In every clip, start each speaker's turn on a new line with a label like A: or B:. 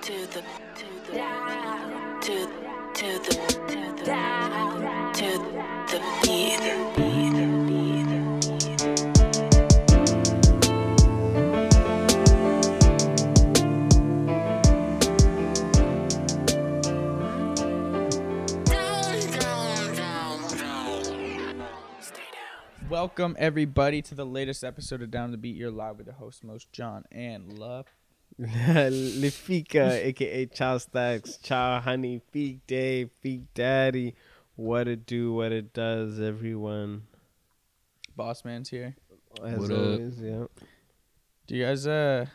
A: the to the to to the to the to the beat.
B: Welcome everybody to the latest episode of Down to Beat. You're live with your host, most John and Love.
C: Lefika, aka Chow Stacks, Chow Honey, Peak Day, Peak Daddy. What it do, what it does, everyone.
B: Boss man's here.
C: As
D: What up?
C: always, yeah.
B: Do you guys? Uh,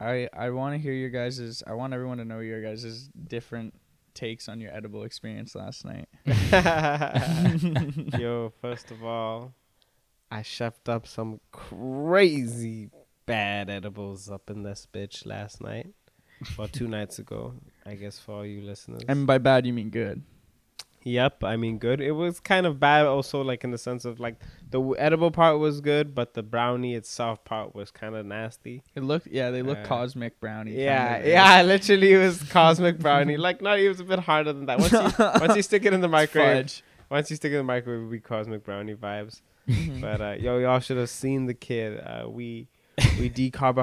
B: I I want to hear your guys's. I want everyone to know your guys's different takes on your edible experience last night.
C: Yo, first of all, I chefed up some crazy bad edibles up in this bitch last night. Or two nights ago, I guess, for all you listeners.
B: And by bad you mean good.
C: Yep, I mean good. It was kind of bad also like in the sense of like the w- edible part was good, but the brownie itself part was kind of nasty.
B: It looked yeah they look
C: Uh,
B: cosmic brownie. kinda
C: Yeah,
B: like-
C: yeah, literally it was cosmic brownie. like not it was a bit harder than that. Once you, once you stick it in the microwave,
B: Fudge.
C: once you stick it in the microwave, it would be cosmic brownie vibes.
B: Mm-hmm.
C: but uh, yo, y'all should have seen the kid. Uh, we we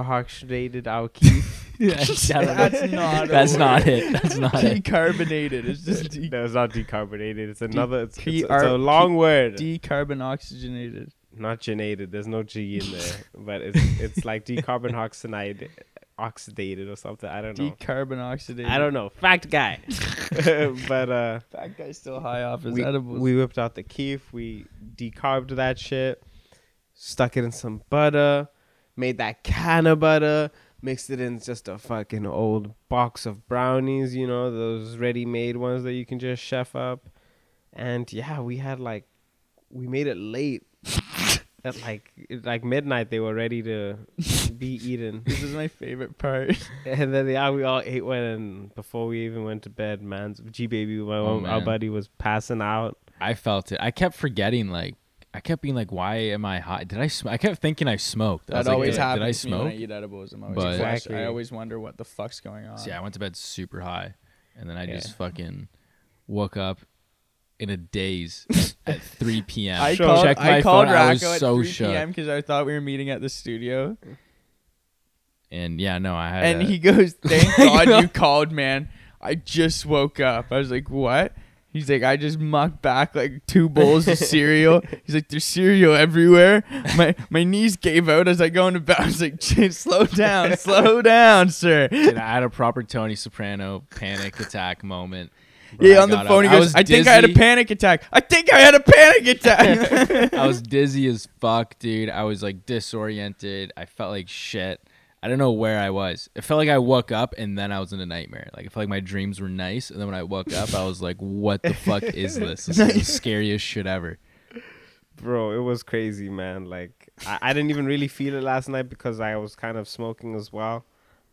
C: decarbohydrated our key.
D: Yeah, shout out.
B: That's not. a
D: That's
B: word.
D: not it. That's not it.
B: Decarbonated. It's just de-
C: no, it's not decarbonated. It's another. It's, it's,
B: P
C: it's
B: R-
C: a long word.
B: decarbon oxygenated.
C: not genated. There's no G in there, but it's it's like decarbonoxide oxidated or something. I don't know.
B: Decarbon oxidated.
C: I don't know. Fact guy. but uh
B: That guy's still high off his
C: we,
B: edibles.
C: we whipped out the keef, we decarbed that shit, stuck it in some butter, made that can of butter, mixed it in just a fucking old box of brownies, you know, those ready made ones that you can just chef up. And yeah, we had like we made it late. At like like midnight they were ready to be eaten.
B: This is my favorite part.
C: And then yeah, we all ate one, and before we even went to bed, man's G baby, my
D: Oh,
C: own- our
D: man.
C: buddy was passing out.
D: I felt it. I kept forgetting. Like I kept being like, "Why am I hot? Did I? Sm-? I kept thinking I smoked. I was
B: That
D: like,
B: always
D: did,
B: happens
D: Did I
B: to me when
D: smoke?
B: I eat edibles. I'm always
D: But-
B: flushed. I
C: Exactly.
B: always wonder what the fuck's going on.
D: So, yeah, I went to bed super high, and then I
C: Yeah.
D: just fucking woke up in a daze at 3 p.m.
B: I
C: Sure.
B: called,
D: checked my
B: I called
D: phone. I was
B: Rocco at
D: so
B: 3
D: shook.
B: p.m. because I thought we were meeting at the studio,
D: And yeah, no, I had.
B: and
D: a-
B: he goes, "Thank God you called, man. I just woke up." I was like, "What?" He's like, "I just mucked back like two bowls of cereal." He's like, "There's cereal everywhere. My my knees gave out as I go into bed." I was like, "Shit, "Slow down, slow down, sir."
D: Dude, I had a proper Tony Soprano panic attack moment. When
B: Yeah,
D: I
B: on the
D: got
B: phone
D: up.
B: he goes,
D: was
B: I, think I had a
D: dizzy.
B: panic attack. I think I had a panic attack.
D: I was dizzy as fuck, dude. I was like disoriented. I felt like shit. I don't know where I was. It felt like I woke up and then I was in a nightmare. Like I felt like my dreams were nice, and then when I woke up, I was like, "What the fuck is this? This is the scariest shit ever."
C: Bro, it was crazy, man. Like I, I didn't even really feel it last night because I was kind of smoking as well.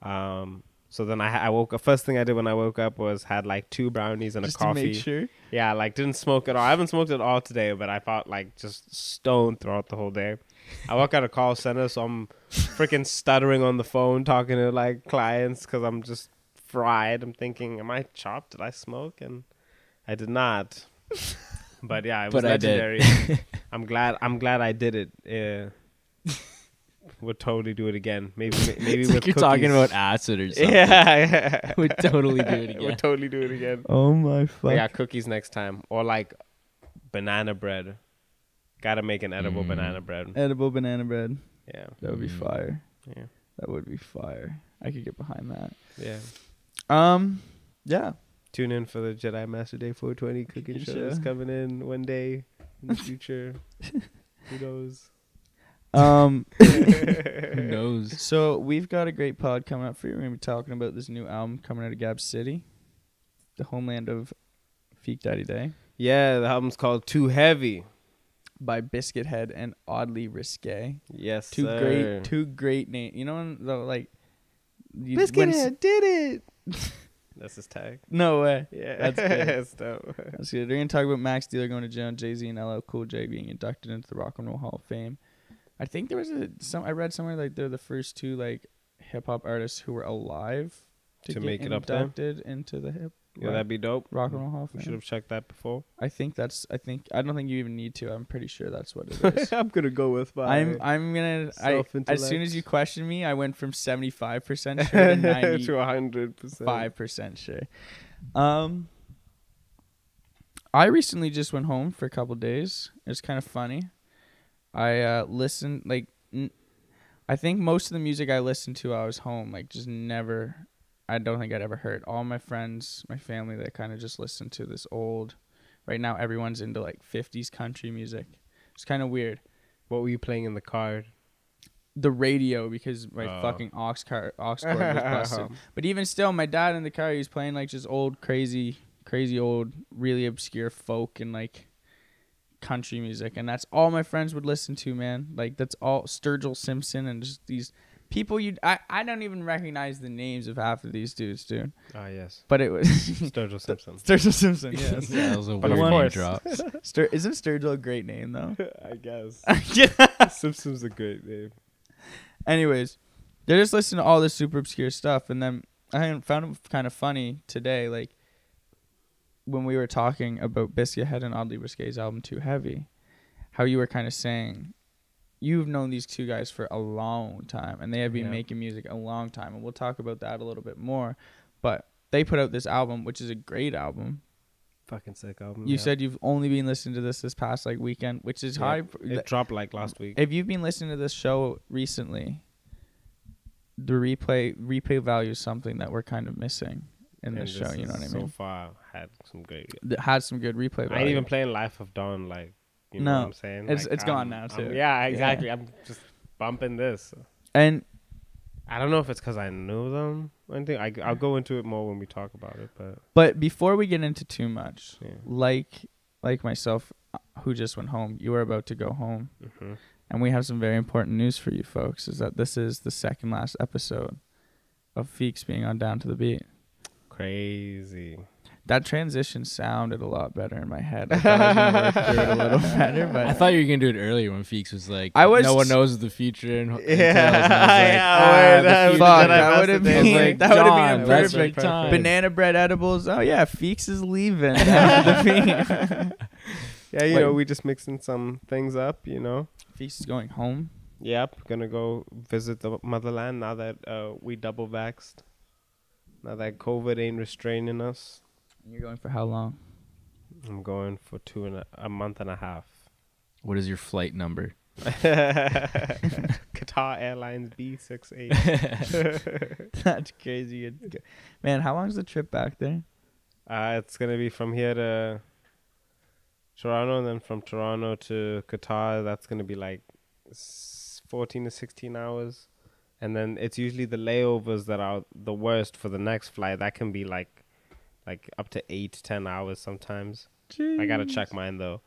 C: Um, so then I, I woke up. First thing I did when I woke up was had like two brownies and
B: Just
C: a coffee.
B: to make sure.
C: Yeah, like didn't smoke at all. I haven't smoked at all today, but I felt like just stoned throughout the whole day. I work at a call center, so I'm freaking stuttering on the phone talking to like clients because I'm just fried. I'm thinking, am I chopped? Did I smoke? And I did not. But yeah, it was
D: But I did.
C: legendary. I'm glad. I'm glad I did it. Yeah. Would totally do it again. Maybe maybe
D: It's
C: with
D: like you're talking
C: cookies.
D: about acid or something.
C: Yeah,
D: Would totally do it again.
C: Would totally do it again.
B: Oh my
C: We
B: fuck.
C: got cookies next time, or like banana bread. Gotta make an edible
D: Mm.
C: banana bread.
B: Edible banana bread.
C: Yeah,
B: That would be
D: Mm.
B: fire.
C: yeah,
B: That would be fire. I could get behind that.
C: yeah.
B: Um, yeah.
C: Tune in for the Jedi Master Day 420 cooking show that's
B: Sure.
C: coming in one day in the future. Who knows?
B: Um,
D: Who knows?
B: so we've got a great pod coming up for you. We're gonna be talking about this new album coming out of Gab City, the homeland of Feek Daddy Day,
C: Yeah, the album's called Too Heavy.
B: by Biscuit Head and Oddly Risque.
C: Yes,
B: Two
C: sir.
B: great, two great name. You know, when the like. you- when
C: Biscuit
B: s-
C: Head did it. that's his tag.
B: No way.
C: Yeah,
B: That's good.
C: that's dope.
B: That's good. We're gonna talk about Max Dealer going to jail, Jay Z and LL Cool J being inducted into the Rock and Roll Hall of Fame. I think there was a some I read somewhere like they're the first two like hip hop artists who were alive to,
C: To
B: get
C: make it up there?
B: inducted into the hip
C: Yeah, that'd be dope.
B: Rock and Roll Hall of
C: We should
B: Fame.
C: have checked that before.
B: I think that's. I think I don't think you even need to. I'm pretty sure that's what it is.
C: I'm gonna go with my.
B: I'm I'm gonna I, as soon as
C: Self-intellect.
B: you question me, I went from seventy five percent sure to ninety
C: to hundred percent.
B: five percent sure. Um, I recently just went home for a couple days. It's kind of funny. I uh, listened like n- I think most of the music I listened to while I was home like just never. I don't think I'd ever heard. All my friends, my family, they kind of just listened to this old. Right now, everyone's into like fifties country music. It's kind of weird.
C: What were you playing in the car?
B: The radio because my
C: Oh.
B: fucking aux car aux cord was busted. But even still, my dad in the car, he was playing like just old, crazy, crazy old, really obscure folk and like country music, and that's all my friends would listen to, man. Like that's all Sturgill Simpson and just these people you I I don't even recognize the names of half of these dudes, dude.
C: Ah, yes.
B: But it was
C: Sturgill Simpson.
B: Sturgill Simpson. Yes,
D: that was a
C: But
D: weird
C: of
D: name
C: course.
D: drop.
B: Stur- isn't Sturgill a great name though?
C: I guess.
B: yeah.
C: Simpson's a great name.
B: Anyways, they just listening to all this super obscure stuff, and then I found it kind of funny today, like when we were talking about Biscuit Head and Oddly Risque's album Too Heavy, how you were kind of saying you've known these two guys for a long time, and they have been
C: Yeah.
B: making music a long time, and we'll talk about that a little bit more, but. They put out this album, which is a great album.
C: Fucking sick album.
B: You
C: yeah.
B: said you've only been listening to this this past like weekend, which is
C: Yeah.
B: high.
C: it dropped like last week.
B: If you've been listening to this show recently, the replay replay value is something that we're kind of missing in
C: And
B: this show. You know
C: is
B: what I
C: So
B: mean?
C: far, had some great.
B: That had some good replay value.
C: I ain't even playing Life of Dawn. Like, you know
B: No,
C: what I'm saying?
B: it's-
C: Like,
B: it's gone
C: I'm-
B: now,
C: I'm-
B: too.
C: yeah, exactly. I'm just bumping this.
B: and
C: I don't know if it's because I know them or anything. I, I'll go into it more when we talk about it, but
B: but before we get into too much,
C: Yeah.
B: like like myself, uh, who just went home, you were about to go home,
C: mhm.
B: and we have some very important news for you folks. Is that this is the second last episode of Feeks being on Down to the Beat.
C: crazy.
B: That transition sounded a lot better in my head. I thought I was gonna work through it a little better, but
D: I thought you were gonna do it earlier when Feeks was like,
B: I was-
D: no one knows the future." And, and
B: yeah,
D: I was like,
B: fuck, that
D: "Ah, the future." I
B: would have
D: was
B: been
D: like,
B: that would have
D: "John,
B: been
D: that's
B: perfect.
D: the time."
B: Banana bread edibles. Oh yeah, Feeks is leaving. That's the
C: Yeah, you
B: Wait.
C: know, we just mixing some things up, you know.
B: thing. Feeks is going home.
C: Yep, gonna go visit the motherland now that uh, we double vaxxed. Now that COVID ain't restraining us,
B: You're going for how long?
C: I'm going for two and a, a month and a half.
D: What is your flight number?
C: Qatar Airlines B68.
B: That's crazy. You'd go- Man, how long's the trip back there?
C: uh, it's gonna be from here to Toronto, and then from Toronto to Qatar. That's gonna be like s- 14 to 16 hours, and then it's usually the layovers that are the worst for the next flight. That can be like like up to eight to 10 hours sometimes. I gotta check mine though,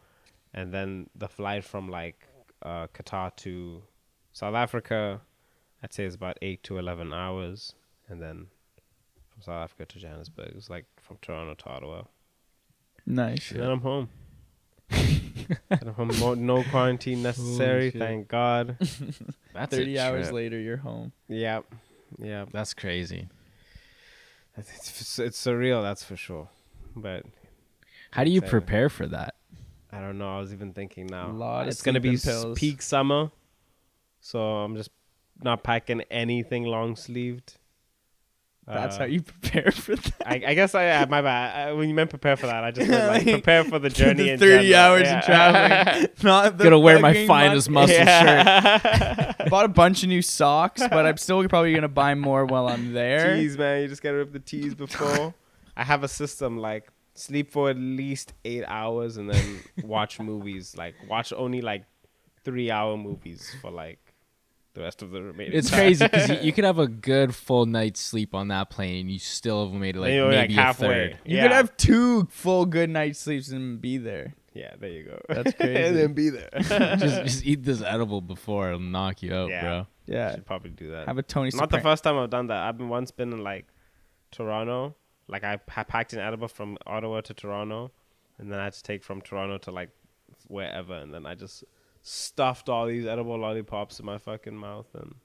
C: and then the flight from like uh, Qatar to South Africa, I'd say it's about eight to eleven hours, and then from South Africa to Johannesburg it's like from Toronto to Ottawa.
B: Nice.
C: And then I'm home. and I'm home. No, no quarantine necessary.
D: shit.
C: thank God.
D: That's a
B: Thirty hours
D: trip.
B: later, you're home.
C: Yeah, yeah.
D: That's crazy.
C: It's, it's surreal, that's for sure. But
D: How do you
C: Excited.
D: prepare for that?
C: I don't know. I was even thinking now.
B: Lot of
C: it's gonna be
B: sleeping pills.
C: s- peak summer, so I'm just not packing anything long sleeved.
B: That's
C: Uh,
B: how you prepare for that.
C: I, I guess I uh, my bad. I, when you meant prepare for that, I just meant like
B: Like,
C: prepare for the journey.
B: The
C: in
B: Thirty
C: general.
B: hours
C: Yeah.
B: in traffic. Not the
D: Gonna wear my
B: fucking
D: finest
B: mon-
D: muscle shirt.
B: I bought a bunch of new socks, but I'm still probably gonna buy more while I'm there.
C: Tees, man. You just gotta rip the tees before. I have a system like sleep for at least eight hours and then watch movies. Like watch only like three hour movies for like the rest of the remaining.
D: It's
C: time.
D: crazy because you, you could have a good full night's sleep on that plane and you still have made it like
C: You're, like,
D: maybe a third.
B: You
C: Yeah.
B: could have two full good night sleeps and be there.
C: Yeah, there you go.
B: That's crazy.
C: and then be there.
D: just, just eat this edible before it'll knock you out,
C: Yeah.
D: Oh, bro.
B: Yeah.
C: Should probably do that.
B: Have a Tony
C: Not the
B: Sopran-
C: first time I've done that. I've been once been in like Toronto. Like I pa- packed an edible from Ottawa to Toronto, and then I had to take from Toronto to like wherever, and then I just stuffed all these edible lollipops in my fucking mouth. And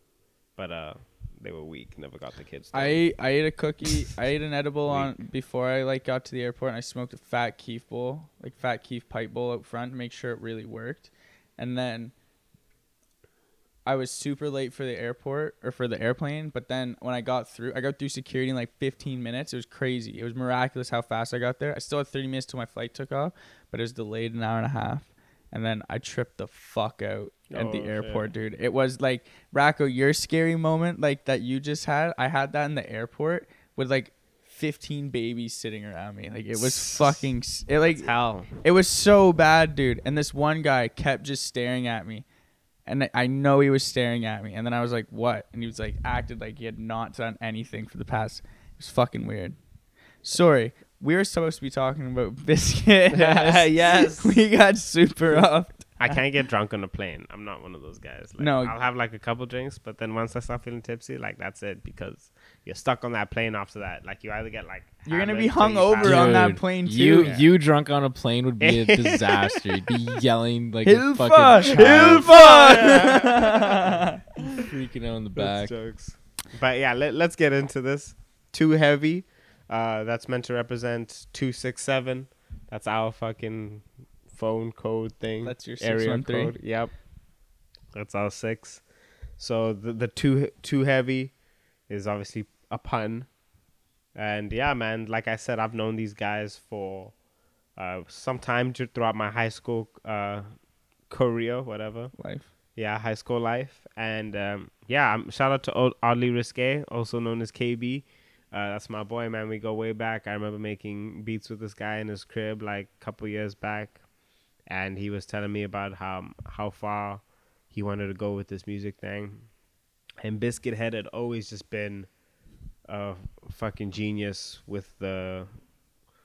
C: but uh, they were weak. Never got the kids.
B: I ate, I ate a cookie. I ate an edible on before I like got to the airport, and I smoked a fat Keef bowl, like fat Keef pipe bowl out front, to make sure it really worked. And then I was super late for the airport or for the airplane. But then when I got through, I got through security in like 15 minutes. It was crazy. It was miraculous how fast I got there. I still had 30 minutes till my flight took off, but it was delayed an hour and a half. And then I tripped the fuck out at
C: Oh,
B: the
C: shit.
B: airport, dude. It was like Racco, your scary moment like that you just had. I had that in the airport with like 15 babies sitting around me. Like it was fucking. s- It like
C: hell.
B: it was so bad, dude. And this one guy kept just staring at me. And I- I know he was staring at me. And then I was like, what? And he was like, acted like he had not done anything for the past. It was fucking weird. Sorry. We were supposed to be talking about biscuit.
C: Yes.
B: we got super off.
C: I can't get drunk on a plane. I'm not one of those guys. Like,
B: No.
C: I'll have like a couple drinks, but then once I start feeling tipsy, like that's it because you're stuck on that plane after that. Like you either get like
B: You're gonna
C: hammered
B: be
C: till you
B: hungover
C: pass
B: on
C: out.
B: that plane,
D: You
B: too.
D: you drunk on a plane would be a disaster. You'd be yelling like a
B: Hilfa!
D: fucking child,
B: Hilfa!
D: freaking out in the back.
C: That's jokes. But yeah, let, let's get into this. Too heavy. Uh, that's meant to represent two six seven. That's our fucking phone code thing.
B: That's your
C: Area
B: 613.
C: code. Yep. That's our six. So the the too too heavy is obviously a pun. And yeah, man, like I said, I've known these guys for uh, some time ju- throughout my high school uh, career, whatever
B: Life.
C: yeah, high school life, and um, yeah, um, shout out to Od- Oddly Risque, also known as KB. Uh, that's my boy, man. We go way back. I remember making beats with this guy in his crib like a couple years back, and he was telling me about how how far he wanted to go with this music thing. And Biscuit Head had always just been a fucking genius with the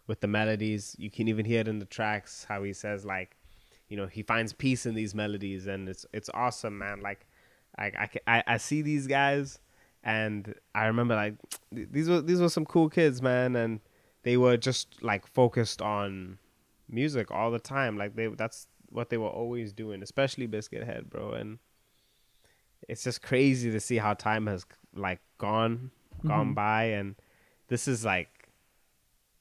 C: with the melodies. You can even hear it in the tracks how he says like, you know, he finds peace in these melodies, and it's it's awesome, man. Like, I I ca- I, I see these guys, and I remember like th- these were these were some cool kids, man, and they were just like focused on music all the time. Like they that's what they were always doing, especially Biscuit Head, bro, and it's just crazy to see how time has like gone
B: Mm-hmm.
C: gone by and this is like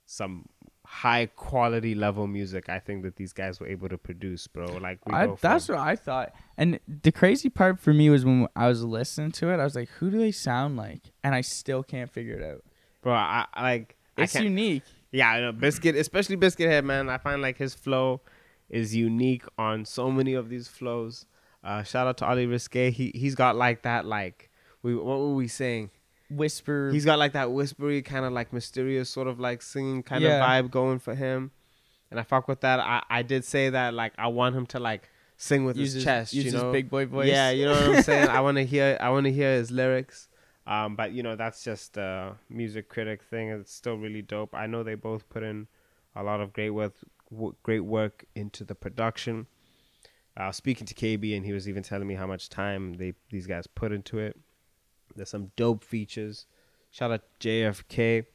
C: some high quality level music i think that these guys were able to produce bro like we
B: I,
C: go
B: that's
C: from,
B: what I thought. And the crazy part for me was when I was listening to it, I was like, who do they sound like? And I still can't figure it out.
C: bro i I, like I
B: It's
C: can't-
B: unique.
C: yeah I know, biscuit especially biscuit head man i find like his flow is unique on so many of these flows uh shout out to ali risque he he's got like that like we what were we saying
B: Whisper.
C: he's got like that whispery kind of like mysterious sort of like singing kind
B: Yeah.
C: of vibe going for him and i fuck with that i i did say that like i want him to like sing with
B: Use
C: his
B: his-
C: chest
B: use
C: you
B: his
C: know
B: big boy voice.
C: yeah you know what i'm saying i want to hear i want to hear his lyrics um but you know that's just a music critic thing it's still really dope i know they both put in a lot of great work w- great work into the production I was speaking to KB, and he was even telling me how much time they these guys put into it. There's some dope features. Shout out JFK.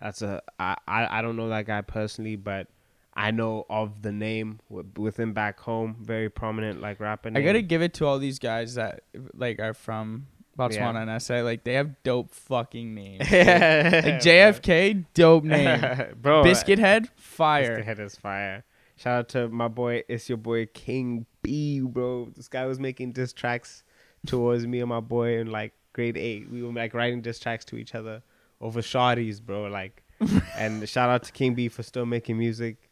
C: That's a I I, I don't know that guy personally, but I know of the name wi- within back home. Very prominent like rapper.
B: I
C: Name.
B: gotta give it to all these guys that like are from Botswana
C: Yeah.
B: and SA. Like they have dope fucking names.
C: like
B: Like JFK, dope name.
C: bro.
B: Biscuit Head,
C: Biscuit
B: fire.
C: head is fire. Shout out to my boy. It's your boy King B, bro. This guy was making diss tracks towards me and my boy in like grade eight. We were like writing diss tracks to each other over shotties, bro. Like, and shout out to King B for still making music.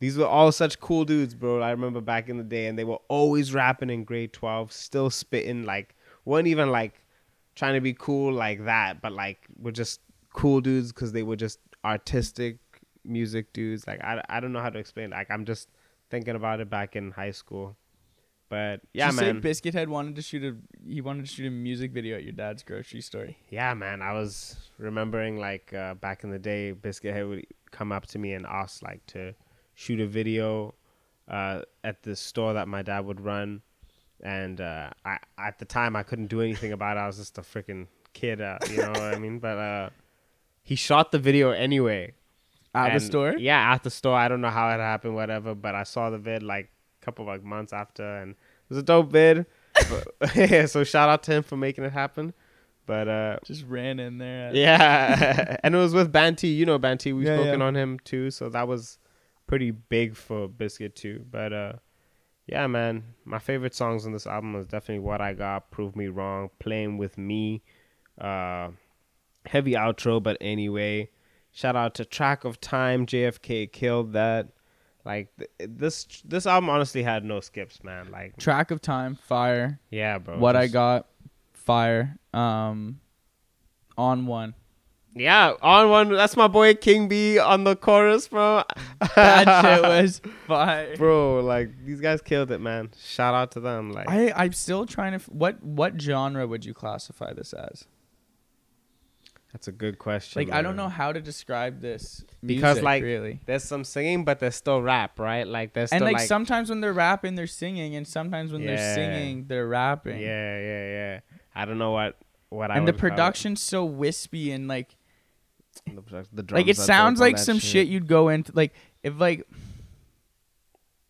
C: These were all such cool dudes, bro. I remember back in the day, and they were always rapping in grade twelve, still spitting like weren't even like trying to be cool like that, but like were just cool dudes because they were just artistic music dudes. Like I, I don't know how to explain. it. Like I'm just thinking about it back in high school, but yeah,
B: Did you say
C: man.
B: Biscuit Head wanted to shoot a he wanted to shoot a music video at your dad's grocery store.
C: yeah, man. I was remembering like uh, back in the day, Biscuit Head would come up to me and ask like to shoot a video uh, at the store that my dad would run, and uh, I at the time I couldn't do anything about it. I was just a freaking kid, uh, you know what I mean? But uh, he shot the video anyway.
B: At the
C: And-
B: store?
C: Yeah, at the store. I don't know how it happened, whatever. But I saw the vid like a couple like months after, and it was a dope vid. But- so shout out to him for making it happen. But uh,
B: Just ran in there.
C: yeah, and it was with Banty. You know Banty. We've
B: Yeah,
C: spoken
B: yeah.
C: on him too, so that was pretty big for Biscuit too. But uh, yeah, man, my favorite songs on this album was definitely "What I Got," "Prove Me Wrong," "Playing with Me," uh, heavy outro, but anyway. Shout out to "Track of Time." JFK killed that. Like th- this, this album honestly had no skips, man. Like
B: Track of time, fire.
C: yeah, bro.
B: what I
C: Oh, just-
B: got, fire. Um, on one.
C: Yeah, on one. That's my boy King B on the chorus, bro.
B: That shit was fire.
C: bro like these guys killed it man shout out to them like
B: I I'm still trying to. F- what what genre would you classify this as?
C: that's a good question
B: Like I don't
C: man.
B: know how to describe this
C: Because,
B: music,
C: like,
B: really.
C: there's some singing but there's still rap right like there's
B: And
C: still
B: like,
C: like,
B: sometimes when they're rapping, they're singing, and sometimes when
C: Yeah.
B: they're singing, they're
C: yeah
B: rapping.
C: yeah yeah i don't know what what i
B: And the
C: would call it.
B: production's so wispy and like
C: the, production- the
B: like it
C: drums are dope
B: sounds
C: on
B: like
C: that
B: some shit you'd go into like if like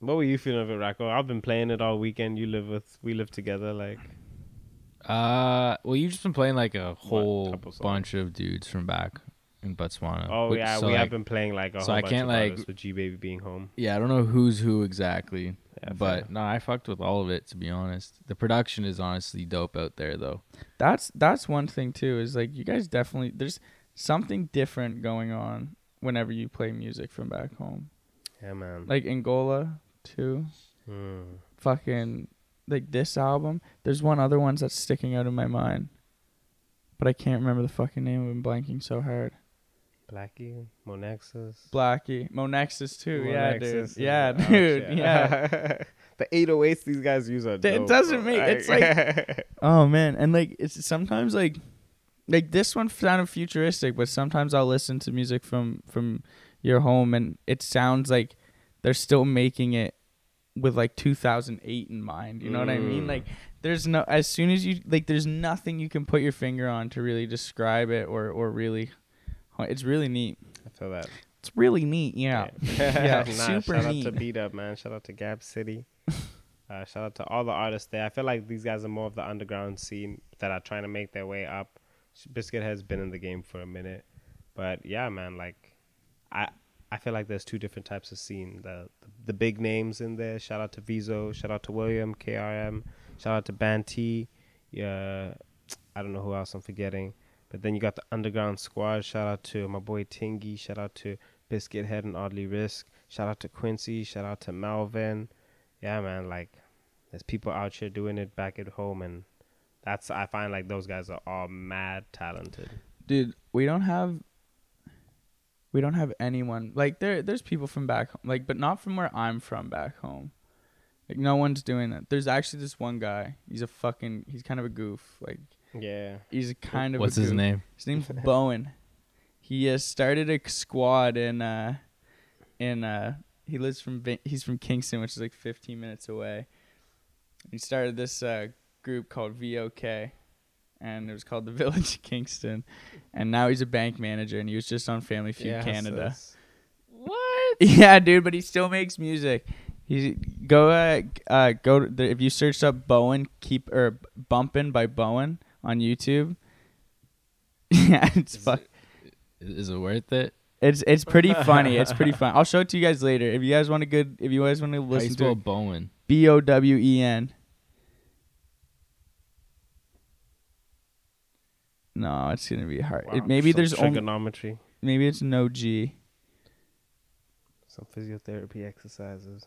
C: what were you feeling of it Rocco? i've been playing it all weekend you live with we live together like
D: Uh, well, you've just been playing like a whole
C: couple songs.
D: bunch of dudes from back in Botswana.
C: oh
D: which-
C: yeah
D: Uh, so,
C: we
D: like,
C: have been playing like a
D: so
C: whole
D: I
C: bunch
D: can't,
C: of
D: like-
C: artists with g baby being home
D: Yeah, I don't know who's who exactly,
C: Yeah, fair.
D: but no, I fucked with all of it to be honest. The production is honestly dope out there though.
B: that's that's one thing too is like you guys definitely there's something different going on whenever you play music from back home.
C: yeah man
B: Like Angola too.
C: Mm.
B: fucking like this album. There's one other ones that's sticking out in my mind, but I can't remember the fucking name. I'm blanking so hard.
C: blackie monexus
B: Blackie, Monexus too.
C: Well,
B: yeah,
C: Nexus
B: dude.
C: is
B: Yeah, Oh,
C: an
B: dude.
C: option.
B: Yeah.
C: the 808s these guys use are
B: Th- it
C: dope,
B: doesn't
C: bro.
B: make- it's oh man, and like it's sometimes like like this one sounded futuristic, but sometimes I'll listen to music from from your home and it sounds like they're still making it with like 2008 in mind. You know what I mean?
C: Mm.
B: Like there's no as soon as you like there's nothing you can put your finger on to really describe it or or really it's really neat.
C: I feel that.
B: It's really neat. Yeah. Yeah,
C: Nah,
B: super
C: shout out to
B: neat.
C: Beat Up, man. Shout out to Gap City. Uh, shout out to all the artists there. I feel like these guys are more of the underground scene that are trying to make their way up. Biscuit has been in the game for a minute, but yeah, man. Like, I I feel like there's two different types of scene. The the, big names in there. Shout out to Vizo. Shout out to William KRM. Shout out to Banty. Yeah, I don't know who else I'm forgetting. But then you got the underground squad. Shout out to my boy Tingy. Shout out to Biscuit Head and Oddly Risk. Shout out to Quincy. Shout out to Malvin. Yeah, man. Like, there's people out here doing it back at home, and that's I find like those guys are all mad talented.
B: dude we don't have we don't have anyone like there there's people from back home like but not from where i'm from back home like no one's doing that there's actually this one guy he's a fucking he's kind of a goof like
C: Yeah.
B: he's a kind of a
D: What's his
B: goof.
D: name?
B: his name's bowen he has started a squad in uh in uh he lives from Vin- he's from kingston which is like 15 minutes away he started this uh group called vok and it was called the village of kingston and now he's a bank manager and he was just on family feud canada yeah dude but he still makes music he go uh, uh go to the, if you searched up bowen keep or bumpin by bowen on youtube yeah it's
D: Is
B: fuck
D: Is is it worth it?
B: it's it's pretty funny. It's pretty fun. I'll show it to you guys later. If you guys want a good, if you guys want to
D: How you
B: listen to
D: spell
B: it,
D: Bowen?
B: B O W E N. No, it's gonna be hard. It, maybe there's only
C: trigonometry,
B: maybe it's no G.
C: some physiotherapy exercises.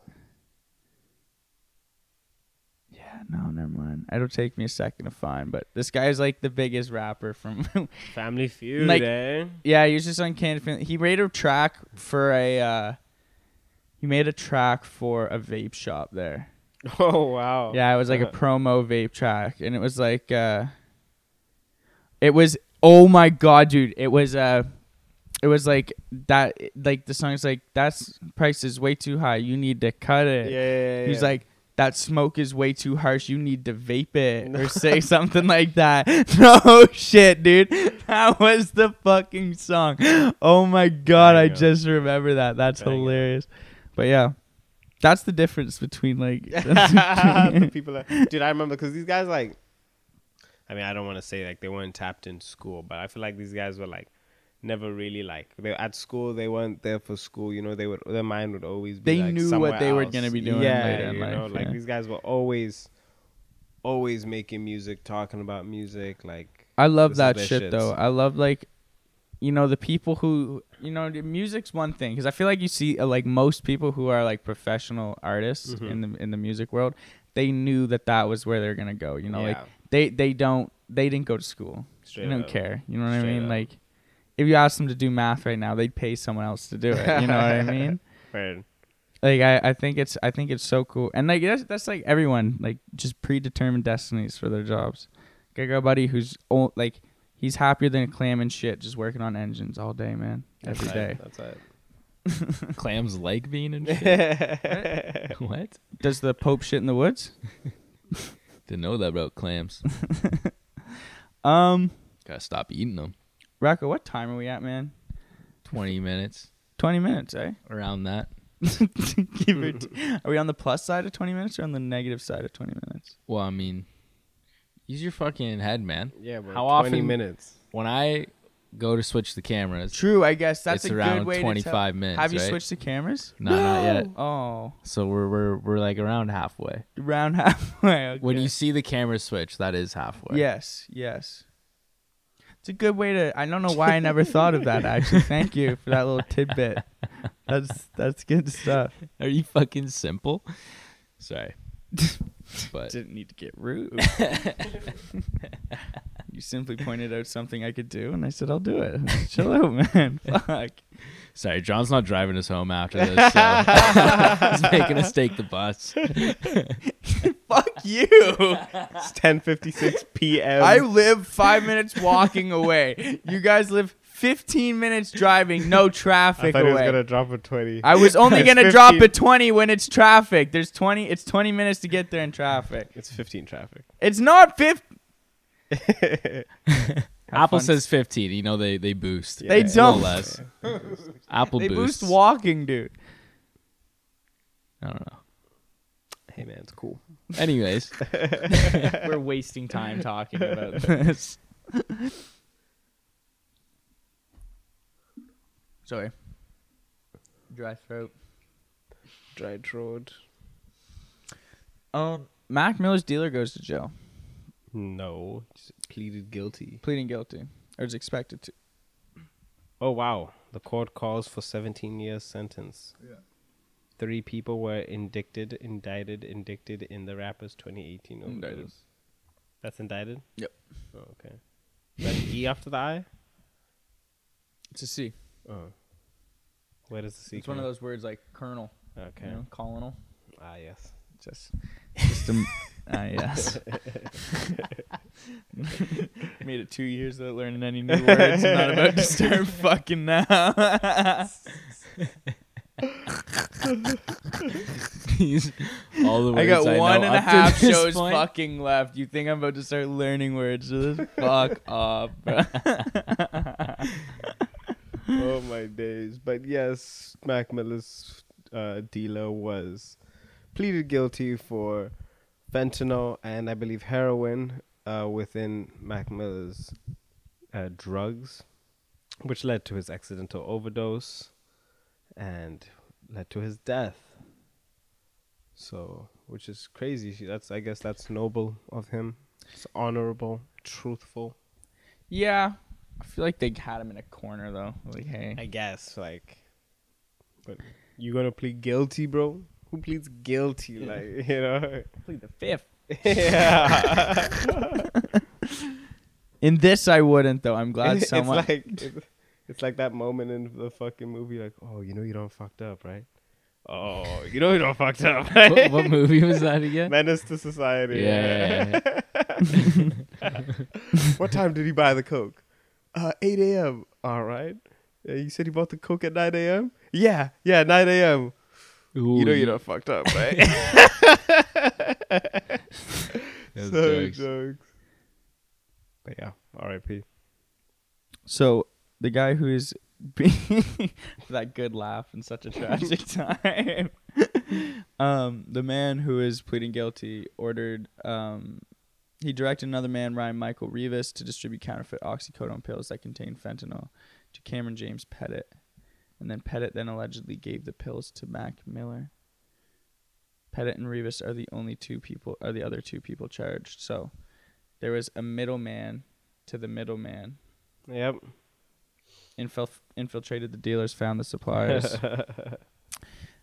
B: Yeah, no, never mind. It'll take me a second to find, but this guy is like the biggest rapper from.
C: Family feud,
B: Like-
C: eh?
B: yeah, he was just on Canned Fam- He made a track for a. Uh, he made a track for a vape shop there.
C: Oh wow.
B: Yeah, it was
C: Uh-huh.
B: like a promo vape track, and it was like, uh, it was oh my god, dude, it was uh, it was like that, like the song's like that's price is way too high, you need to cut
C: Yeah.
B: it.
C: yeah,
B: He's
C: yeah.
B: like that smoke is way too harsh, you need to vape it or say something like that. No shit, dude, that was the fucking song. Oh my god,
C: There
B: I
C: you go.
B: just remember that. That's
C: There you go.
B: hilarious. But yeah. That's the difference between like
C: the people that, dude i remember because these guys like I mean, I don't want to say like they weren't tapped in school, but I feel like these guys were like never really like they at school they weren't there for school. You know, they would their mind would always be
B: They
C: like,
B: knew what
C: somewhere
B: they were
C: else.
B: gonna be doing
C: Yeah,
B: later in
C: you
B: life,
C: know, like
B: yeah.
C: these guys were always always making music, talking about music, like
B: I love
C: This is
B: that
C: their
B: shit
C: shit,
B: though.
C: so-
B: I love like, you know, the people who you know, the music's one thing because I feel like you see uh, like most people who are like professional artists
C: Mm-hmm.
B: in the in the music world, they knew that that was where they're gonna go. You know, like
C: Yeah.
B: they they don't they didn't go to school.
C: Straight
B: they don't
C: up.
B: care. You know what I
C: Straight
B: mean?
C: up.
B: Like, if you ask them to do math right now, they'd pay someone else to do it. You know what I mean?
C: Right.
B: Like I, I think it's I think it's so cool. And like that's that's like everyone like just predetermined destinies for their jobs. Like I got a buddy who's old, like he's happier than a clam and shit just working on engines all day, man. Every day.
C: That's it.
D: Clams like being and shit.
C: That's
D: what?
B: Does the Pope shit in the woods?
D: Didn't know that about clams.
B: Um
D: Gotta stop eating them.
B: Rocco, what time are we at, man?
D: Twenty minutes
B: Twenty minutes, eh?
D: around that.
B: Give or t- are we on the plus side of twenty minutes or on the negative side of twenty minutes?
D: Well, I mean, use your fucking head, man.
C: yeah, but
D: How
C: 20
D: often-
C: minutes?
D: When I go to switch the cameras,
B: True, I guess that's
D: it's
B: a
D: around
B: good way to tell.
D: 25 minutes.
B: Have you
D: right?
B: switched the cameras?
D: No, not yet.
B: Oh,
D: So we're we're we're like around halfway.
B: round halfway. Okay.
D: When you see the camera switch, that is halfway.
B: Yes, yes. It's a good way to. I don't know why I never thought of that. Actually, thank you for that little tidbit. That's that's good stuff.
D: Are you fucking simple? Sorry. But
B: Didn't need to get rude. you simply pointed out something I could do, and I said I'll do it. Chill out, man. Fuck.
D: sorry, John's not driving us home after this. So he's making us take the bus.
B: Fuck you.
C: It's 10:56 p.m.
B: I live five minutes walking away. You guys live fifteen minutes driving, no traffic
C: I thought
B: away.
C: he was gonna drop a 20.
B: I was only
C: It's
B: gonna drop
C: 15.
B: a twenty when it's traffic. There's twenty. It's twenty minutes to get there in traffic.
C: It's 15 traffic.
B: It's not fifth.
D: Apple
B: fun.
D: says 15. You know they they boost.
B: They
D: A little
B: don't.
D: less. Apple
B: They boost
D: boosts.
B: walking, dude.
D: I don't know.
C: hey man, it's cool.
D: Anyways,
E: We're wasting time talking about
B: Yes. Sorry. Dry throat.
C: Dry road.
B: Um, Mac Miller's dealer goes to jail,
C: No, just pleaded guilty.
B: pleading guilty, or is expected to.
C: Oh wow! The court calls for 17 years sentence. Yeah. Three people were indicted, indicted, indicted in the rapper's 2018 overdose.
B: Indicted.
C: That's indicted.
B: Yep.
C: Oh, okay. Is that an E after the I?
B: It's a C.
C: Oh. Where does the C?
B: It's one of
C: come?
B: those words like colonel,
C: Okay.
B: you know, colonel.
C: Ah yes.
B: Just, just a, ah, yes. Made it two years without learning any new words. I'm not about to start fucking now.
D: he's all
B: I
D: the words
B: got
D: know
B: one and a
D: up to
B: half
D: this
B: shows
D: point.
B: fucking left. You think I'm about to start learning words? So this fuck off, bro.
C: oh my days. But yes, Mac Miller's uh, dealer was pleaded guilty for fentanyl and I believe heroin uh, within Mac Miller's uh, drugs, which led to his accidental overdose and led to his death. So, which is crazy. That's I guess that's noble of him. It's honorable, truthful.
B: Yeah, I feel like they had him in a corner though. Like, hey,
C: I guess, like, but you gonna plead guilty, bro? Who pleads guilty? Like, you know?
B: plead the fifth.
C: yeah.
B: In this, I wouldn't though. I'm glad
C: it's
B: someone.
C: like it's, it's like that moment in the fucking movie, like, oh, you know you don't fucked up, right? Oh, you know you don't fucked up.
D: What, what movie was that again?
C: Menace to society.
D: Yeah.
C: what time did he buy the coke? Uh, 8 a.m. All right. Uh, you said he bought the coke at 9 a.m. Yeah, yeah, 9 a.m.
D: Ooh,
C: you know you don't fucked up, right?
D: those jokes.
C: But yeah, R.I.P.
B: So the guy who is being that good laugh in such a tragic time. um, the man who is pleading guilty ordered um, He directed another man, Ryan Michael Rivas, to distribute counterfeit oxycodone pills that contained fentanyl to Cameron James Pettit. And then Pettit then allegedly gave the pills to Mac Miller. Pettit and Rivas are the only two people are the other two people charged. So there was a middleman to the middleman.
C: Yep.
B: Infil- infiltrated the dealers, found the suppliers.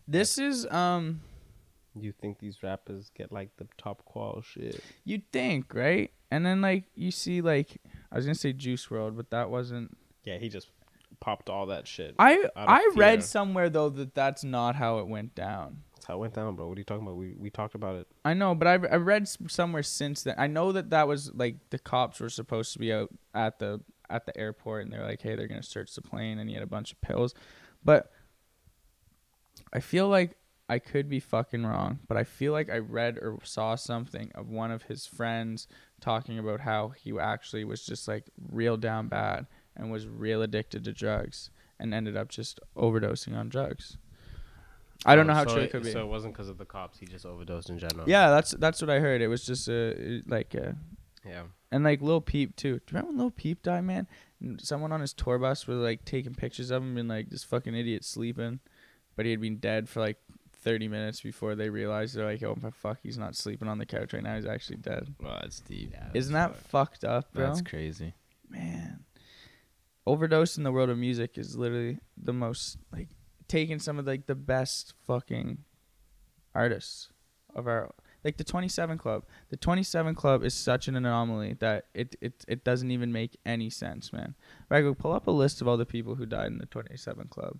B: this is um
C: You think these rappers get like the top qual shit?
B: you'd think, right? And then like you see like I was gonna say Juice World, but that wasn't
C: Yeah, he just popped all that shit.
B: I
C: Out of
B: I read
C: fear.
B: somewhere though that that's not how it went down.
C: That's how it went down, bro. What are you talking about? We we talked about it.
B: I know, but I I read s- somewhere since then. I know that that was like the cops were supposed to be out at the at the airport, and they're like, hey, they're gonna search the plane, and he had a bunch of pills. But I feel like I could be fucking wrong, but I feel like I read or saw something of one of his friends talking about how he actually was just like real down bad and was real addicted to drugs and ended up just overdosing on drugs. I don't know how true it could be.
C: Oh, So it wasn't because of the cops. He just overdosed in
D: Oh.
C: general.
B: Yeah, that's that's what I heard. It was just a like a,
C: Yeah.
B: and like Lil Peep too. Do you remember when Lil Peep died, man? And someone on his tour bus was like taking pictures of him, being like, "This fucking idiot sleeping," but he had been dead for like thirty minutes before they realized they're like, "Oh my fuck, he's not sleeping on the couch right now. He's actually dead."
D: Wow, that's Oh, deep.
B: Isn't that fucked up, bro?
D: That's crazy.
B: man. Overdose in the world of music is literally the most like taking some of like the best fucking artists of our like the 27 club. The 27 club is such an anomaly that it it it doesn't even make any sense, man. Rago, pull up a list of all the people who died in the 27 club.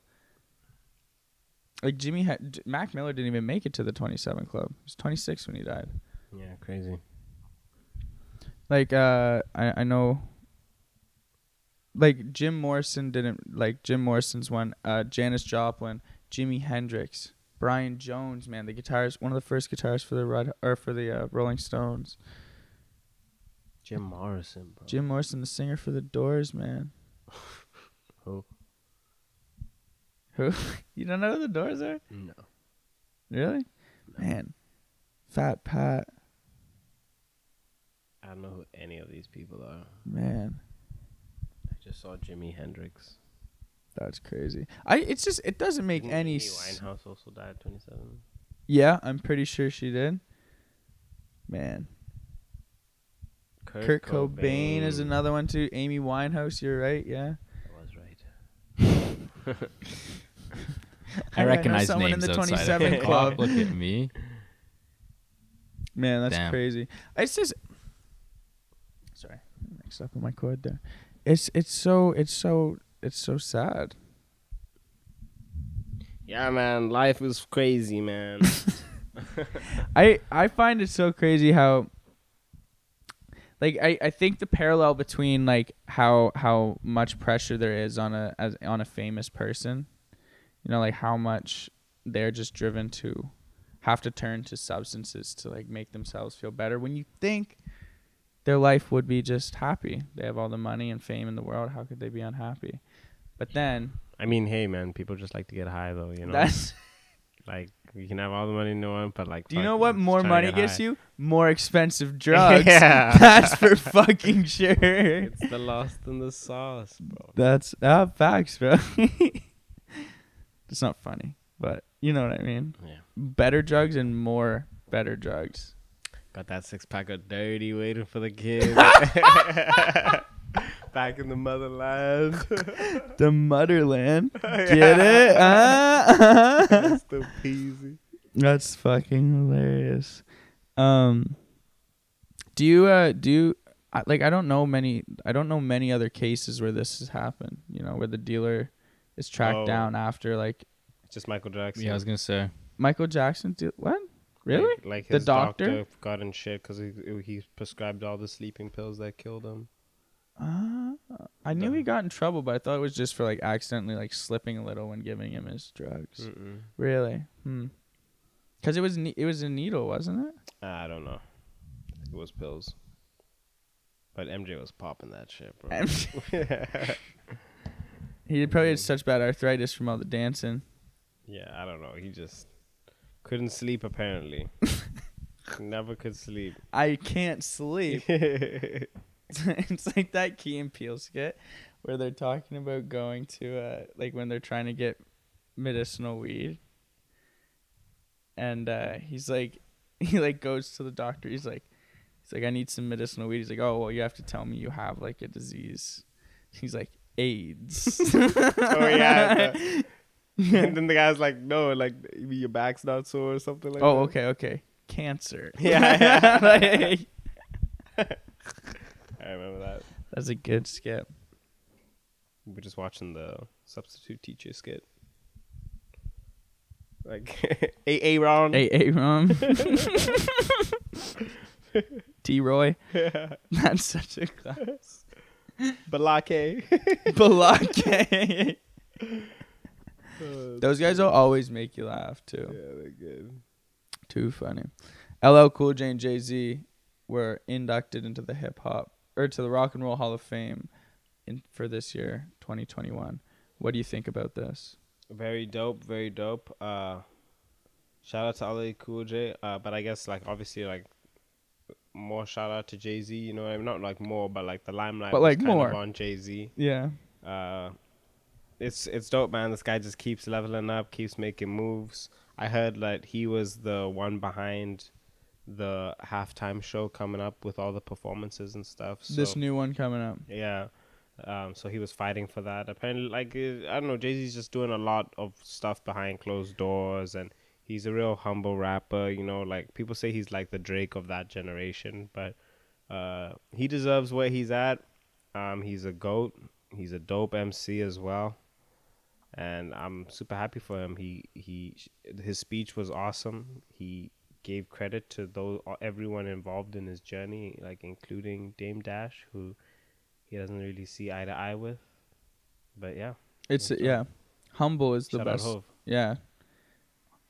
B: Like Jimmy had J- Mac Miller didn't even make it to the 27 club. He was 26 when he died
C: Yeah. Crazy.
B: like uh I, I know like Jim Morrison didn't like Jim Morrison's one, uh Janis Joplin, Jimi Hendrix, Brian Jones, man, the guitarist one of the first guitarists for the Red or for the uh, Rolling Stones.
C: Jim Morrison, bro.
B: Jim Morrison the singer for the Doors, man.
C: Who?
B: Who? you don't know who the Doors are?
C: No.
B: Really? Man. Fat Pat,
C: I don't know who any of these people are.
B: man.
C: I just saw Jimi Hendrix.
B: That's crazy. I it's just it doesn't make any s-
C: Winehouse also died at 27.
B: Yeah, I'm pretty sure she did. Man. Kurt Cobain, is another one too. Amy Winehouse, you're right, yeah.
C: I was right.
D: I,
B: I know
D: recognize
B: someone
D: names
B: in the
D: outside
B: 27
D: of
B: club.
D: club. Look at me.
B: Man, that's
D: Damn.
B: crazy. It's just sorry, mixed up on my cord there. It's it's so it's so it's so sad.
C: Yeah, man. Life is crazy, man.
B: I I find it so crazy how like I, I think the parallel between like how how much pressure there is on a as, on a famous person, you know, like how much they're just driven to have to turn to substances to like make themselves feel better when you think their life would be just happy. They have all the money and fame in the world. How could they be unhappy? But then
C: I mean, hey, man. People just like to get high, though. You know,
B: that's
C: like you can have all the money in the world, but like,
B: do you
C: fuck,
B: know what
C: just
B: more
C: try to
B: money
C: get
B: gets
C: high.
B: you? More expensive drugs.
C: Yeah.
B: That's for fucking sure.
C: It's the lost in the sauce, bro.
B: That's uh, facts, bro. it's not funny, but you know what I mean.
C: Yeah.
B: Better drugs and more better drugs.
C: Got that six pack of dirty waiting for the kid. Back in the motherland.
B: The motherland. Get it? Uh,
C: That's the peasy.
B: That's fucking hilarious. Um, do you uh do you, I- like I don't know many I don't know many other cases where this has happened. You know where the dealer is tracked
C: Oh.
B: down after like
C: Just Michael Jackson.
D: Yeah, I was gonna say.
B: Michael Jackson. De- what?
C: Like-
B: Really?
C: Like,
B: The
C: his doctor?
B: doctor?
C: got in shit because he, he prescribed all the sleeping pills that killed him.
B: Uh, I knew
C: Duh.
B: he got in trouble, but I thought it was just for like accidentally like slipping a little when giving him his drugs.
C: Mm-mm.
B: Really? Hmm. Because it was ne- it was a needle, wasn't it?
C: I don't know. It was pills. But MJ was popping that shit, bro.
B: He probably
C: Hmm.
B: had such bad arthritis from all the dancing.
C: yeah, I don't know. He just couldn't sleep apparently. Never could sleep.
B: I can't sleep.
C: yeah,
B: it's like that Key and Peele skit where they're talking about going to uh, like when they're trying to get medicinal weed, and uh, he's like, he like goes to the doctor. He's like, he's like, I need some medicinal weed. He's like, oh well, you have to tell me you have like a disease. He's like, AIDS.
C: Oh, yeah, and then the guy's like, no, like maybe your back's not sore or something like.
B: oh
C: that.
B: okay okay. Cancer.
C: Yeah,
B: Like,
C: I remember that.
B: that's a good skit.
C: We were just watching the substitute teacher skit. Like, a Aaron.
B: A A Rom. T Roy. That's such a class.
C: Balake.
B: Balake.
C: yeah,
B: Those guys will always make you laugh too.
C: Oh, they're good.
B: Too funny. LL Cool J and Jay Z were inducted into the hip hop or to the Rock and Roll Hall of Fame in, for this year, 2021. What do you think about this?
C: Very dope, very dope. Uh, shout out to Ali Cool J. Uh, but I guess like obviously like more shout out to Jay Z. You know, what I mean? not like more, but like the limelight.
B: But,
C: was
B: like,
C: kind of
B: more.
C: on Jay Z.
B: Yeah.
C: Uh, it's it's dope, man. This guy just keeps leveling up, keeps making moves. I heard that he was the one behind the halftime show coming up with all the performances and stuff. So,
B: This new one coming up.
C: yeah. Um, so he was fighting for that. Apparently, like uh, I don't know, Jay Z's just doing a lot of stuff behind closed doors, and he's a real humble rapper. You know, like people say he's like the Drake of that generation, but uh, he deserves where he's at. Um, he's a goat. He's a dope MC as well, and I'm super happy for him. He he, his speech was awesome. He gave credit to those everyone involved in his journey, like including Dame Dash, who he doesn't really see eye to eye with. But yeah,
B: It's yeah. Humble is the
C: shout
B: best.
C: out Hove.
B: Yeah.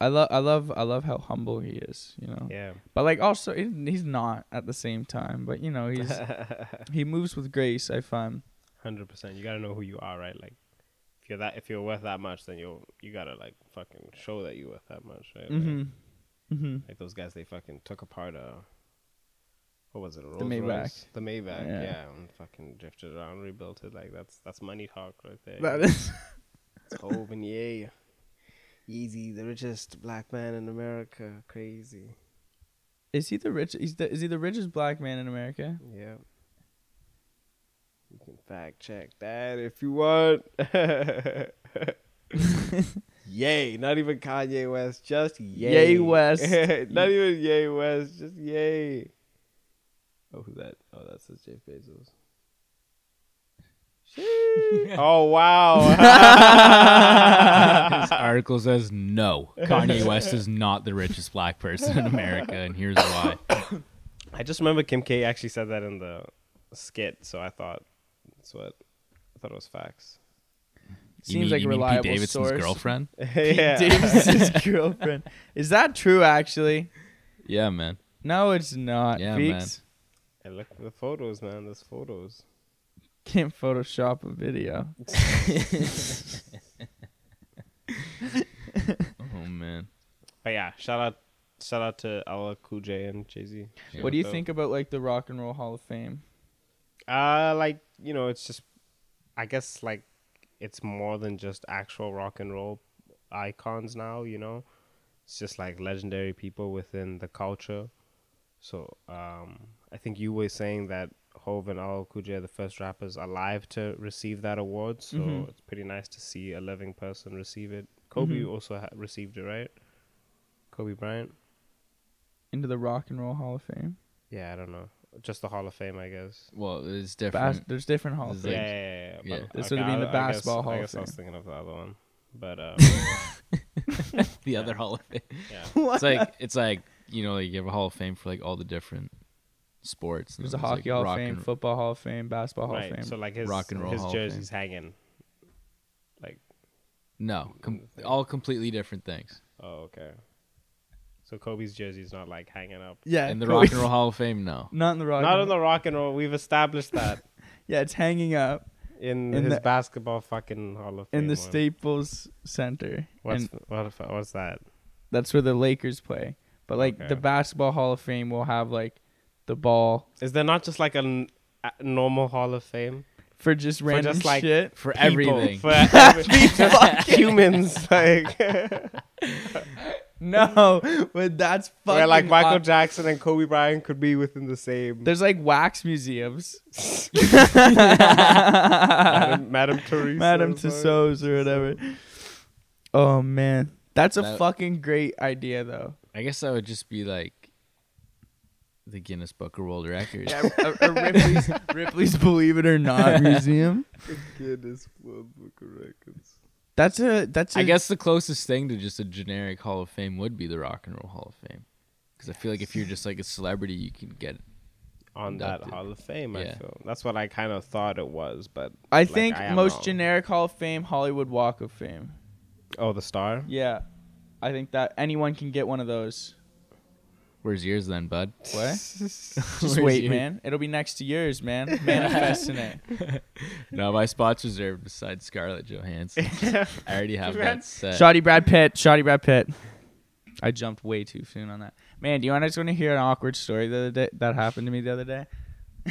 B: I love I love I love how humble he is, you know.
C: Yeah,
B: But like also he- he's not at the same time, but you know, he's he moves with grace, I find.
C: hundred percent. You gotta know who you are, right? Like, if you're that, if you're worth that much, then you'll you gotta like fucking show that you're worth that much, right? Like-
D: Mm-hmm.
B: Mhm. Mhm.
C: Like those guys, they fucking took apart a. What was it? A Rolls
B: Maybach.
C: Royce? The Maybach.
B: Yeah.
C: Yeah. and fucking drifted around, rebuilt it. Like that's that's money talk right there.
B: That is
C: It's Hov and Ye. Yeezy, the richest black man in America. Crazy.
B: Is he the rich he's the, is he the richest black man in America?
C: Yeah. You can fact check that if you want. yay. Not even Kanye West, just yay.
B: Yay West.
C: Not even yay West, just yay. Oh, who's that? Oh, that's just Jeff Bezos. oh, wow.
D: This article says no. Kanye West is not the richest black person in America, and here's why.
C: I just remember Kim K actually said that in the skit, so I thought that's what I thought it was facts.
D: You
B: Seems
D: mean-
B: like
D: you
B: a
D: mean
B: reliable
D: Pete Davidson's
B: source.
D: girlfriend.
C: yeah.
B: Pete Davidson's girlfriend. Is that true actually?
D: Yeah, man.
B: No, it's not.
D: Yeah,
B: Beaks.
C: And look at the photos, man. There's photos.
B: Can't Photoshop a video.
D: Oh man.
C: But yeah, shout out, shout out to Ella Cool J and Jay Z.
D: Yeah.
B: What do you think about like the Rock and Roll Hall of Fame?
C: Uh, like you know, it's just, I guess like, it's more than just actual rock and roll icons now. You know, it's just like legendary people within the culture. So um, I think you were saying that Hove and Ella Cool J are the first rappers alive to receive that award. So
B: Mm-hmm.
C: it's pretty nice to see a living person receive it. Kobe
B: Mm-hmm.
C: also ha- received it, right? Kobe Bryant.
B: Into the Rock and Roll Hall of Fame?
C: Yeah, I don't know. Just the Hall of Fame, I guess.
D: Well, it's different.
B: Bas- there's different Hall of
D: This
B: Fame.
D: is
C: yeah, yeah, yeah, yeah.
D: yeah.
C: But,
B: This would've been the
C: I- I
B: basketball
C: guess,
B: Hall
C: I
B: of
C: guess I was
B: Fame.
C: thinking of the other one, but um,
D: the other Hall of Fame.
C: yeah,
D: It's like it's like you know, like you have a Hall of Fame for like all the different sports. and
B: There's a
D: then like,
B: hockey Hall of
D: rock
B: Fame,
D: and-
B: football Hall of Fame, basketball Hall of
C: right.
B: Fame.
C: So like his
D: Rock and Roll
C: his
D: Hall of
C: jersey's hanging. Like,
D: no, com- all completely different things.
C: oh okay. So Kobe's jersey's not like hanging up.
B: yeah,
D: And the
B: Kobe-
D: Rock and Roll Hall of Fame, no.
B: Not in the Rock.
C: Not
B: and
C: in
B: Roll-
C: the rock and roll. We've established that
B: Yeah, it's hanging up
C: in,
B: In
C: his
B: the-
C: basketball fucking Hall of Fame.
B: in the
C: one.
B: Staples Center.
C: What's
B: and
C: what if, what's that?
B: that's where the Lakers play. But like
C: Okay.
B: the Basketball Hall of Fame will have like the ball
C: Is there not just like a, n- a normal Hall of Fame
B: for just
C: For
B: random
C: just, like,
B: shit.
D: for
C: People,
D: everything.
C: for every- just humans? Like
B: No, but that's fucking.
C: where like Michael
B: aw-
C: Jackson and Kobe Bryant could be within the same.
B: There's like wax museums.
C: Madam, Madam Teresa.
B: Madame
C: is like-
B: Tussauds or whatever. Oh man, that's a
D: That-
B: fucking great idea though.
D: I guess that would just be like the Guinness Book of World Records.
B: Yeah, a, a Ripley's, Ripley's Believe It or Not museum.
C: Guinness Oh, World Book of Records.
B: That's a that's. a
D: I guess the closest thing to just a generic Hall of Fame would be the Rock and Roll Hall of Fame. Because I feel like if you're just like a celebrity, you can get
C: On that
D: Inducted.
C: Hall of Fame, I
D: Yeah.
C: feel that's what I kind of thought it was, but
B: I
C: like,
B: think
C: am
B: most
C: wrong.
B: generic Hall of Fame, Hollywood Walk of Fame.
C: Oh, the star.
B: Yeah, I think that anyone can get one of those.
D: Where's yours then, bud?
B: What? Just
D: Where's
B: wait,
D: yours?
B: man. It'll be next to yours, man. Manifesting it.
D: No, my spot's reserved beside Scarlett Johansson. I already have that set.
B: Shoddy Brad Pitt. Shoddy Brad Pitt. I jumped way too soon on that. Man, do you want? I just want to hear an awkward story the other day that happened to me the other day.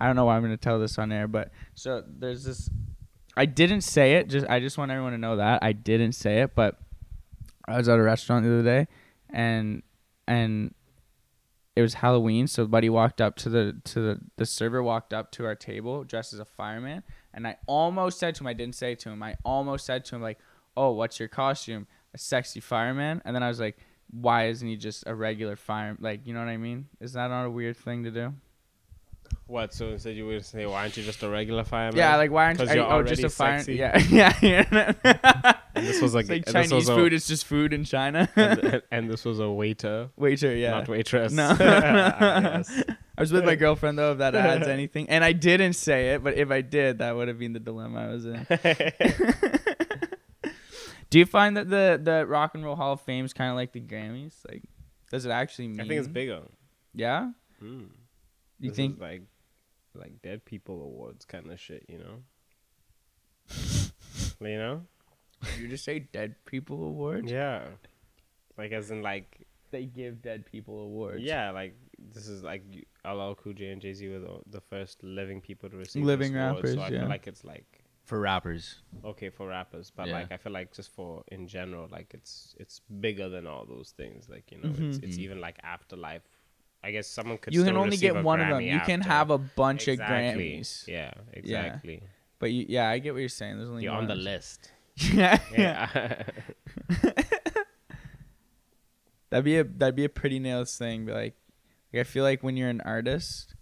B: I don't know why I'm gonna tell this on air, but so there's this. I didn't say it. Just I just want everyone to know that I didn't say it, but I was at a restaurant the other day, and and it was Halloween, so buddy walked up to the to the the server walked up to our table dressed as a fireman, and I almost said to him, I didn't say it to him, I almost said to him like, "Oh, what's your costume? A sexy fireman?" And then I was like, "Why isn't he just a regular fire? Like, you know what I mean? Is that not a weird thing to do?
C: What? So instead, you would say, "Why aren't you just a regular fireman?"
B: Yeah, like why aren't
C: 'Cause
B: are you
C: you're
B: oh just
C: already
B: a fire?
C: sexy.
B: Yeah, yeah, yeah.
C: And this was like,
B: It's like
C: and this was
B: Chinese
C: a-
B: food is just food in China.
C: and, and this was a waiter,
B: Waiter, yeah.
C: not waitress.
B: No.
C: Yes.
B: I was with my girlfriend though, if that adds anything. And I didn't say it, but if I did, that would have been the dilemma I was in. Do you find that the the Rock and Roll Hall of Fame is kind of like the Grammys? Like, does it actually mean?
C: I think it's bigger.
B: Yeah.
C: Mm.
B: Mm. You
C: This is
B: think?
C: like like dead people awards kind of shit, you know? you know?
B: Did you just say dead people awards?
C: Yeah. Like as in like
B: They give dead people awards.
C: yeah, like this is like you- LL Cool J and Jay Z were the, the first living people to receive
B: Living
C: this award,
B: rappers,
C: So I
B: yeah.
C: feel like it's like
D: For rappers.
C: okay for rappers, but
D: Yeah.
C: like I feel like just for in general, like it's it's bigger than all those things. Like you know, it's it's even like afterlife. I guess someone could.
B: Mm-hmm. You can
C: still
B: only
C: receive
B: get
C: a
B: one of them.
C: Grammy
B: You can
C: after.
B: have a bunch
C: Exactly.
B: of Grammys.
C: Yeah, exactly.
B: But you, yeah, I get what you're saying. There's only
C: You're on
B: one.
C: the list.
B: yeah, yeah.
C: Yeah.
B: That'd be a that'd be a pretty nails thing. But like, like I feel like when you're an artist,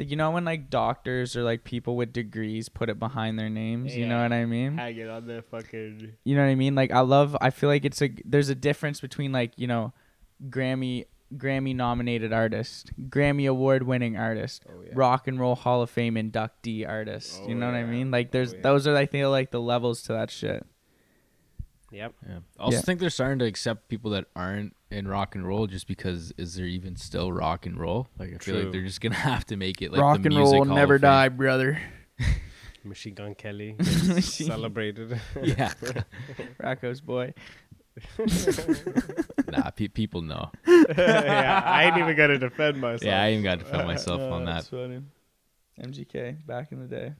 B: like you know when like doctors or like people with degrees put it behind their names. You know
C: Yeah.
B: what I mean?
C: Hanging on their fucking.
B: You know what I mean? Like I love. I feel like it's a there's a difference between like you know, Grammy Grammy nominated artist, Grammy award winning artist,
C: Oh, yeah.
B: Rock and Roll Hall of Fame inductee artist. you
C: Oh,
B: know what I
C: yeah.
B: mean? Like there's
C: Oh, yeah.
B: those are I feel like the levels to that shit.
C: Yep.
D: Yeah. I also
B: Yeah.
D: think they're starting to accept people that aren't in rock and roll just because is there even still rock and roll? Like I feel
C: True.
D: like they're just gonna have to make it like
B: rock
D: the
B: and
D: music
B: roll
D: Hall of
B: never
D: Fame.
B: die, brother.
C: Machine Gun Kelly
B: Machine-
C: celebrated.
D: Yeah.
B: Racco's boy.
D: nah, pe- people know.
C: yeah, I ain't even gonna defend myself.
D: Yeah, I even got to film myself on that.
B: That's funny. MGK back in the day.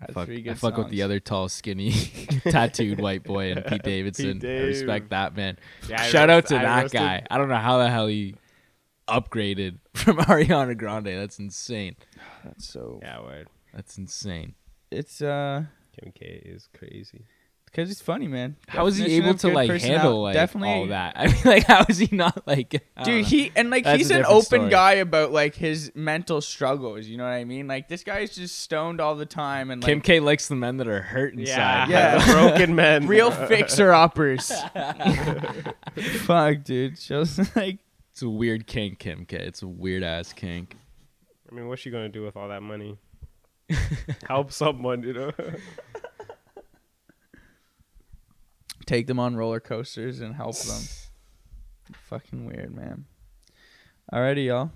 B: Had
D: Fuck,
B: three
D: I
B: good
D: fuck with the
B: songs.
D: other tall, skinny, tattooed white boy and Pete Davidson. I
C: Dave.
D: respect that man.
C: Yeah, I
D: Shout
C: roast-
D: out to
C: I
D: that
C: roasted-
D: guy. I don't know how the hell he upgraded from Ariana Grande. That's insane.
B: That's so.
C: Yeah, word.
D: That's insane.
B: It's uh,
C: Kim K is crazy.
B: cause it's funny, man.
D: How is he
B: Definition
D: able
B: of
D: to
B: good
D: like
B: personality-
D: handle like
B: definitely,
D: all that? I mean, like, how is he not like? I don't
B: Dude,
D: know.
B: he and like
D: That's
B: he's
D: a
B: an
D: different
B: open
D: story.
B: guy about like his mental struggles. You know what I mean? Like this guy's just stoned all the time and like
D: Kim K likes the men that are hurt inside.
B: Yeah.
C: the broken men.
B: real fixer uppers. Fuck, dude. Shows like
D: it's a weird kink, Kim K. It's a weird ass kink.
C: I mean, what's she gonna do with all that money? Help someone, you know.
B: take them on roller coasters and help them. Fucking weird, man. Alrighty, y'all.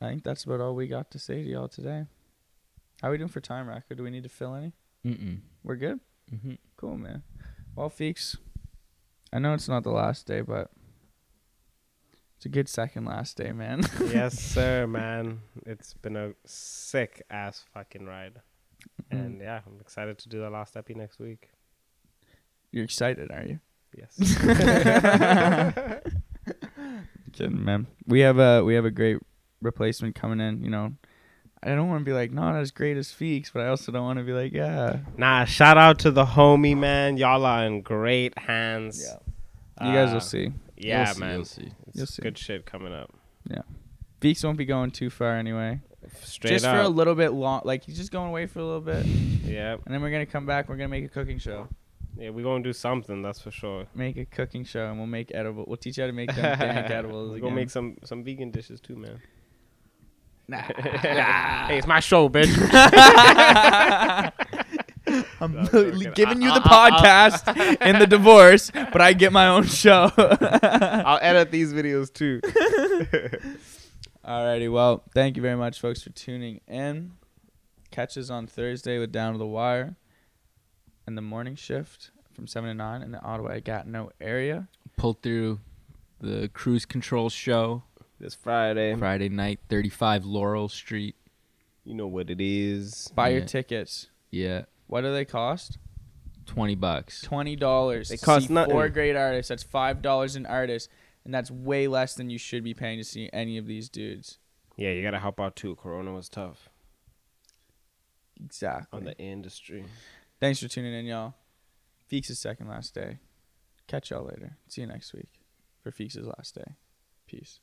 B: I think that's about all we got to say to y'all today. How we doing for time, Rocco? Do we need to fill any?
D: Mm-mm.
B: We're good?
D: Mhm.
B: Cool, man. Well, Feeks, I know it's not the last day, but It's a good second last day, man.
C: yes, sir, man. It's been a sick ass fucking ride. And yeah, I'm excited to do the last epi next week.
B: You're excited, are you?
C: Yes.
B: Kidding, man. We have a we have a great replacement coming in. You know, I don't want to be like not as great as Feeks, but I also don't want to be like yeah.
C: nah, shout out to the homie, man. Y'all are in great hands.
B: You guys
C: Uh,
B: will see.
C: Yeah,
D: You'll see,
C: man.
D: you'll see.
C: It's
B: You'll see.
C: Good shit coming up.
B: Feeks won't be going too far anyway.
C: Straight
B: just
C: up.
B: for a little bit long. Like he's just going away for a little bit, and
C: yeah.
B: then we're gonna come back. We're gonna make a cooking show.
C: Yeah, we're going to do something, that's for sure.
B: Make a cooking show, and we'll make edible. We'll teach you how to make them dank edibles
C: We're
B: again.
C: going to make some, some vegan dishes too, man.
B: Nah.
C: hey, it's my show, bitch.
B: I'm
C: No, I'm
B: literally
C: joking.
B: giving you the podcast and the divorce, but I get my own show.
C: I'll edit these videos too.
B: Alrighty, well, thank you very much, folks, for tuning in. Catch us on Thursday with Down to the Wire and the morning shift from 7 to 9 in the Ottawa Gatineau area.
D: Pull through the cruise control show
C: This Friday.
D: Friday night, 35 Laurel Street.
C: You know what it is.
B: Buy your
D: Yeah.
B: tickets.
D: Yeah,
B: What do they cost?
D: 20 bucks.
B: Twenty dollars.
C: They cost nothing.
B: four great artists. That's five dollars an artist, and that's way less than you should be paying to see any of these dudes.
C: Yeah, you gotta help out too. Corona was tough
B: Exactly.
C: on the industry.
B: Thanks for tuning in, y'all. Feeks' second last day. Catch y'all later. See you next week for Feeks' last day. Peace.